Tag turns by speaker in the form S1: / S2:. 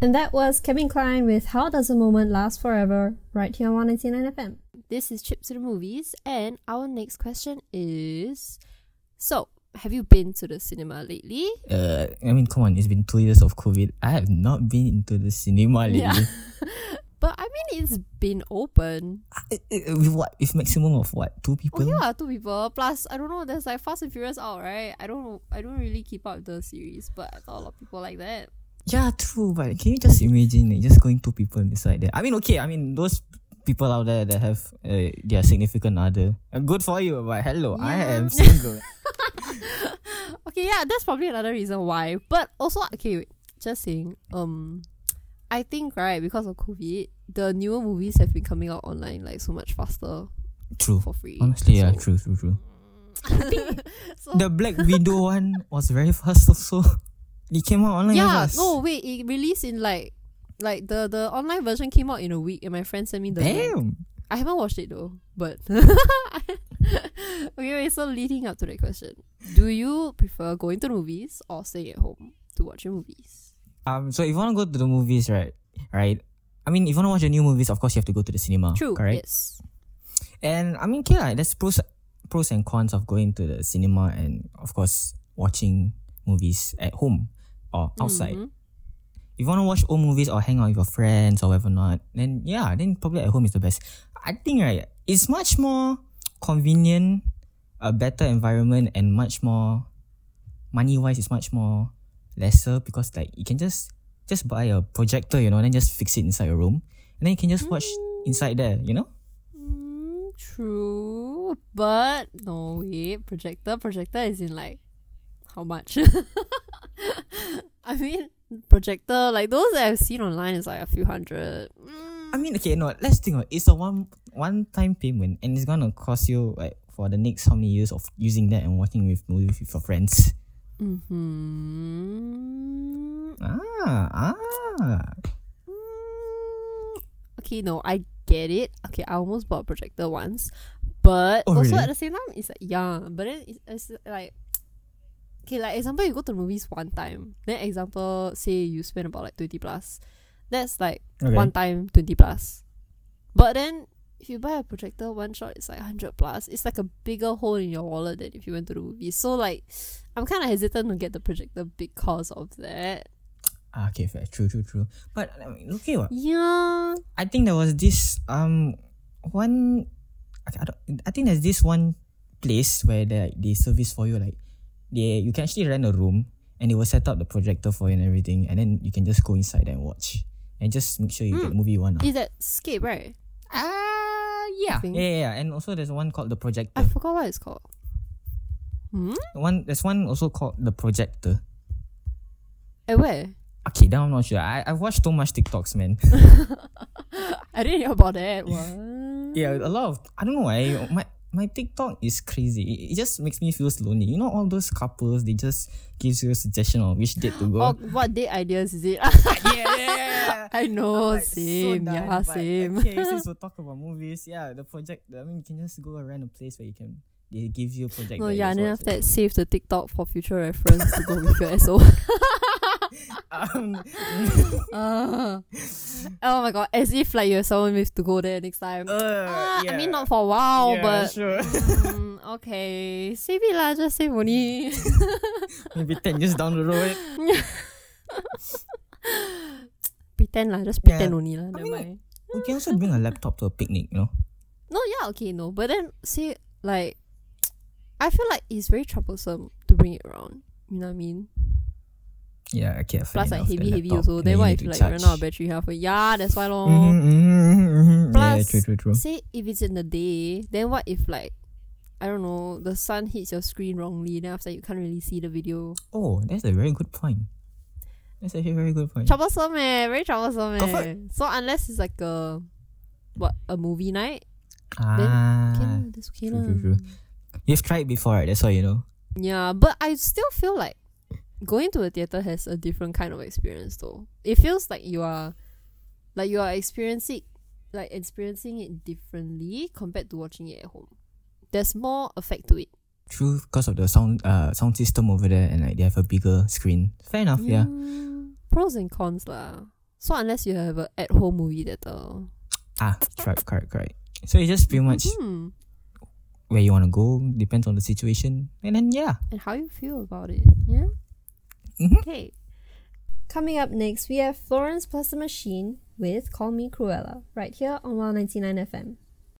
S1: And that was Kevin Klein with How Does a Moment Last Forever, right here on 199 FM.
S2: This is Trip to the Movies, and our next question is So, have you been to the cinema lately?
S3: Uh, I mean, come on, it's been two years of COVID. I have not been into the cinema lately.
S2: Yeah. but I mean, it's been open.
S3: I- I- I- Uh, with what? With maximum of what? Two
S2: Oh
S3: people?
S2: yeah, two people plus I don't know. There's like Fast and Furious out, right? I don't know. I don't really keep up the series, but I thought a lot of people like that.
S3: Yeah, true. But can you just imagine like, just going two people inside there? I mean, okay. I mean, those people out there that have uh, their significant other. uh, Good for you, but hello, I
S2: Yeah.
S3: am single.
S2: Okay, yeah, that's probably another reason why. But also, okay, wait, just saying. Um, I think right because of COVID, the newer movies have been coming out online like so much faster
S3: true.
S2: for free.
S3: Honestly, yeah,
S2: So-
S3: true, true, true.
S2: so,
S3: The Black Widow one was very fast also. It came out online.
S2: yeah,
S3: very fast.
S2: no wait, it released in like like the the online version came out in a week, and my friend sent me the link.
S3: Damn.
S2: I haven't watched it though, but okay. Wait, so leading up to that question, do you prefer going to movies or staying at home to watch your movies?
S3: Um. So if you wanna go to the movies, right? Right. I mean, if you wanna watch the new movies, of course you have to go to the cinema.
S2: True.
S3: Correct.
S2: Yes.
S3: And I mean, okay, lah, there's pros pros and cons of going to the cinema and of course watching movies at home or outside.
S2: Mhm.
S3: If you wanna watch old movies or hang out with your friends or whatever not, then yeah, then probably at home is the best. I think right, it's much more convenient, a better environment, and much more money wise, it's much more lesser because like you can just just buy a projector, you know, and then just fix it inside your room, and then you can just watch inside there, you know.
S2: Mm, true, but no wait, projector projector is in like how much? I mean, projector like those that I've seen online is like a few hundred. Mm.
S3: I mean, okay, no, let's think. of it. It's a one one time payment, and it's gonna cost you like for the next how many years of using that and watching with movies with your friends.
S2: Mhm.
S3: Ah, ah.
S2: Mm, okay, no, I get it. Okay, I almost bought a projector once, but
S3: Oh,
S2: also
S3: really?
S2: at the same time, it's like yeah, but then it's, it's like okay, like example, you go to the movies one time. Then example, say you spend about like twenty plus. That's like
S3: Okay.
S2: one time twenty plus, but then. If you buy a projector one shot, it's like hundred plus. It's like a bigger hole in your wallet than if you went to the movies. So like, I'm kind of hesitant to get the projector because of that.
S3: Ah, okay, fair. True, true, true. But I mean, okay, what
S2: Yeah.
S3: I think there was this um one. I, I, don't, I think there's this one place where they like, they service for you like they you can actually rent a room and they will set up the projector for you and everything, and then you can just go inside and watch and just make sure you get the movie you want. ah. lah.
S2: Is that Scape, right?
S3: Ah, yeah.
S2: think.
S3: yeah, yeah, yeah. And also there's one called
S2: I
S3: the projector.
S2: forgot what it's called. Hmm?
S3: One there's one also called the projector.
S2: At where?
S3: Okay, now I'm not sure. I I've watched too much TikToks, man.
S2: I didn't hear about that. What?
S3: yeah, a lot of I don't know why my my TikTok is crazy. It, it just makes me feel lonely. You know, all those couples they just gives you a suggestion on which date to
S2: Oh,
S3: go.
S2: what date ideas is it?
S3: yeah, yeah.
S2: I know,
S3: Like, Oh,
S2: Oh,
S3: so
S2: same,
S3: done,
S2: yeah,
S3: but,
S2: same.
S3: Okay, since we'll talk about movies, yeah, the project. I mean, you can just go around a place where you can they give you a project.
S2: no,
S3: that you
S2: yeah, and
S3: just
S2: then
S3: watch
S2: after
S3: it.
S2: that, save the TikTok for future reference to go with your SO.
S3: Um,
S2: Uh, oh my god, as if like you have someone with to go there next time.
S3: uh,
S2: Ah, I
S3: yeah.
S2: mean, not for a while,
S3: Yeah,
S2: but.
S3: sure.
S2: Mm, okay, save it lah, just save only.
S3: Maybe 10 years down the road.
S2: pretend lah, just pretend
S3: Yeah.
S2: only lah, never
S3: mean,
S2: mind.
S3: We can also bring a laptop to a picnic, you know?
S2: No, yeah, okay, no. But then, see, like, I feel like it's very troublesome to bring it around. You know what I mean?
S3: Yeah, okay.
S2: Plus, like, heavy, heavy also. Then, what if you, like, run out of battery half? Yeah, that's why, lor.
S3: Mm-hmm. Plus, mm-hmm. yeah,
S2: Plus-
S3: true, true, true.
S2: Say, if it's in the day, then what if, like, I don't know, the sun hits your screen wrongly, then after that you can't really see the video.
S3: Oh, that's a very good point. That's actually a very good point.
S2: Troublesome, eh? Very troublesome, eh?
S3: Confirm.
S2: So, unless it's like a, what, a movie night?
S3: ah,
S2: Okay, lah, that's okay,
S3: true,
S2: lah.
S3: true, true. You've tried before, right? That's all you know.
S2: Yeah, but I still feel like going to a theater has a different kind of experience though. It feels like you are like you are experiencing like experiencing it differently compared to watching it at home. There's more effect to it.
S3: True, because of the sound uh, sound system over there and like they have a bigger screen. Fair enough, yeah.
S2: Mm, Pros and cons lah. So unless you have an at-home movie theater,
S3: Ah, correct, correct, correct. So it's just pretty much
S2: hmm,
S3: where you want to go, depends on the situation. And then, yeah.
S2: and how you feel about it, yeah.
S3: Mhm.
S2: Okay,
S1: Coming up next, we have Florence plus the Machine with Call Me Cruella, right here on 199 FM.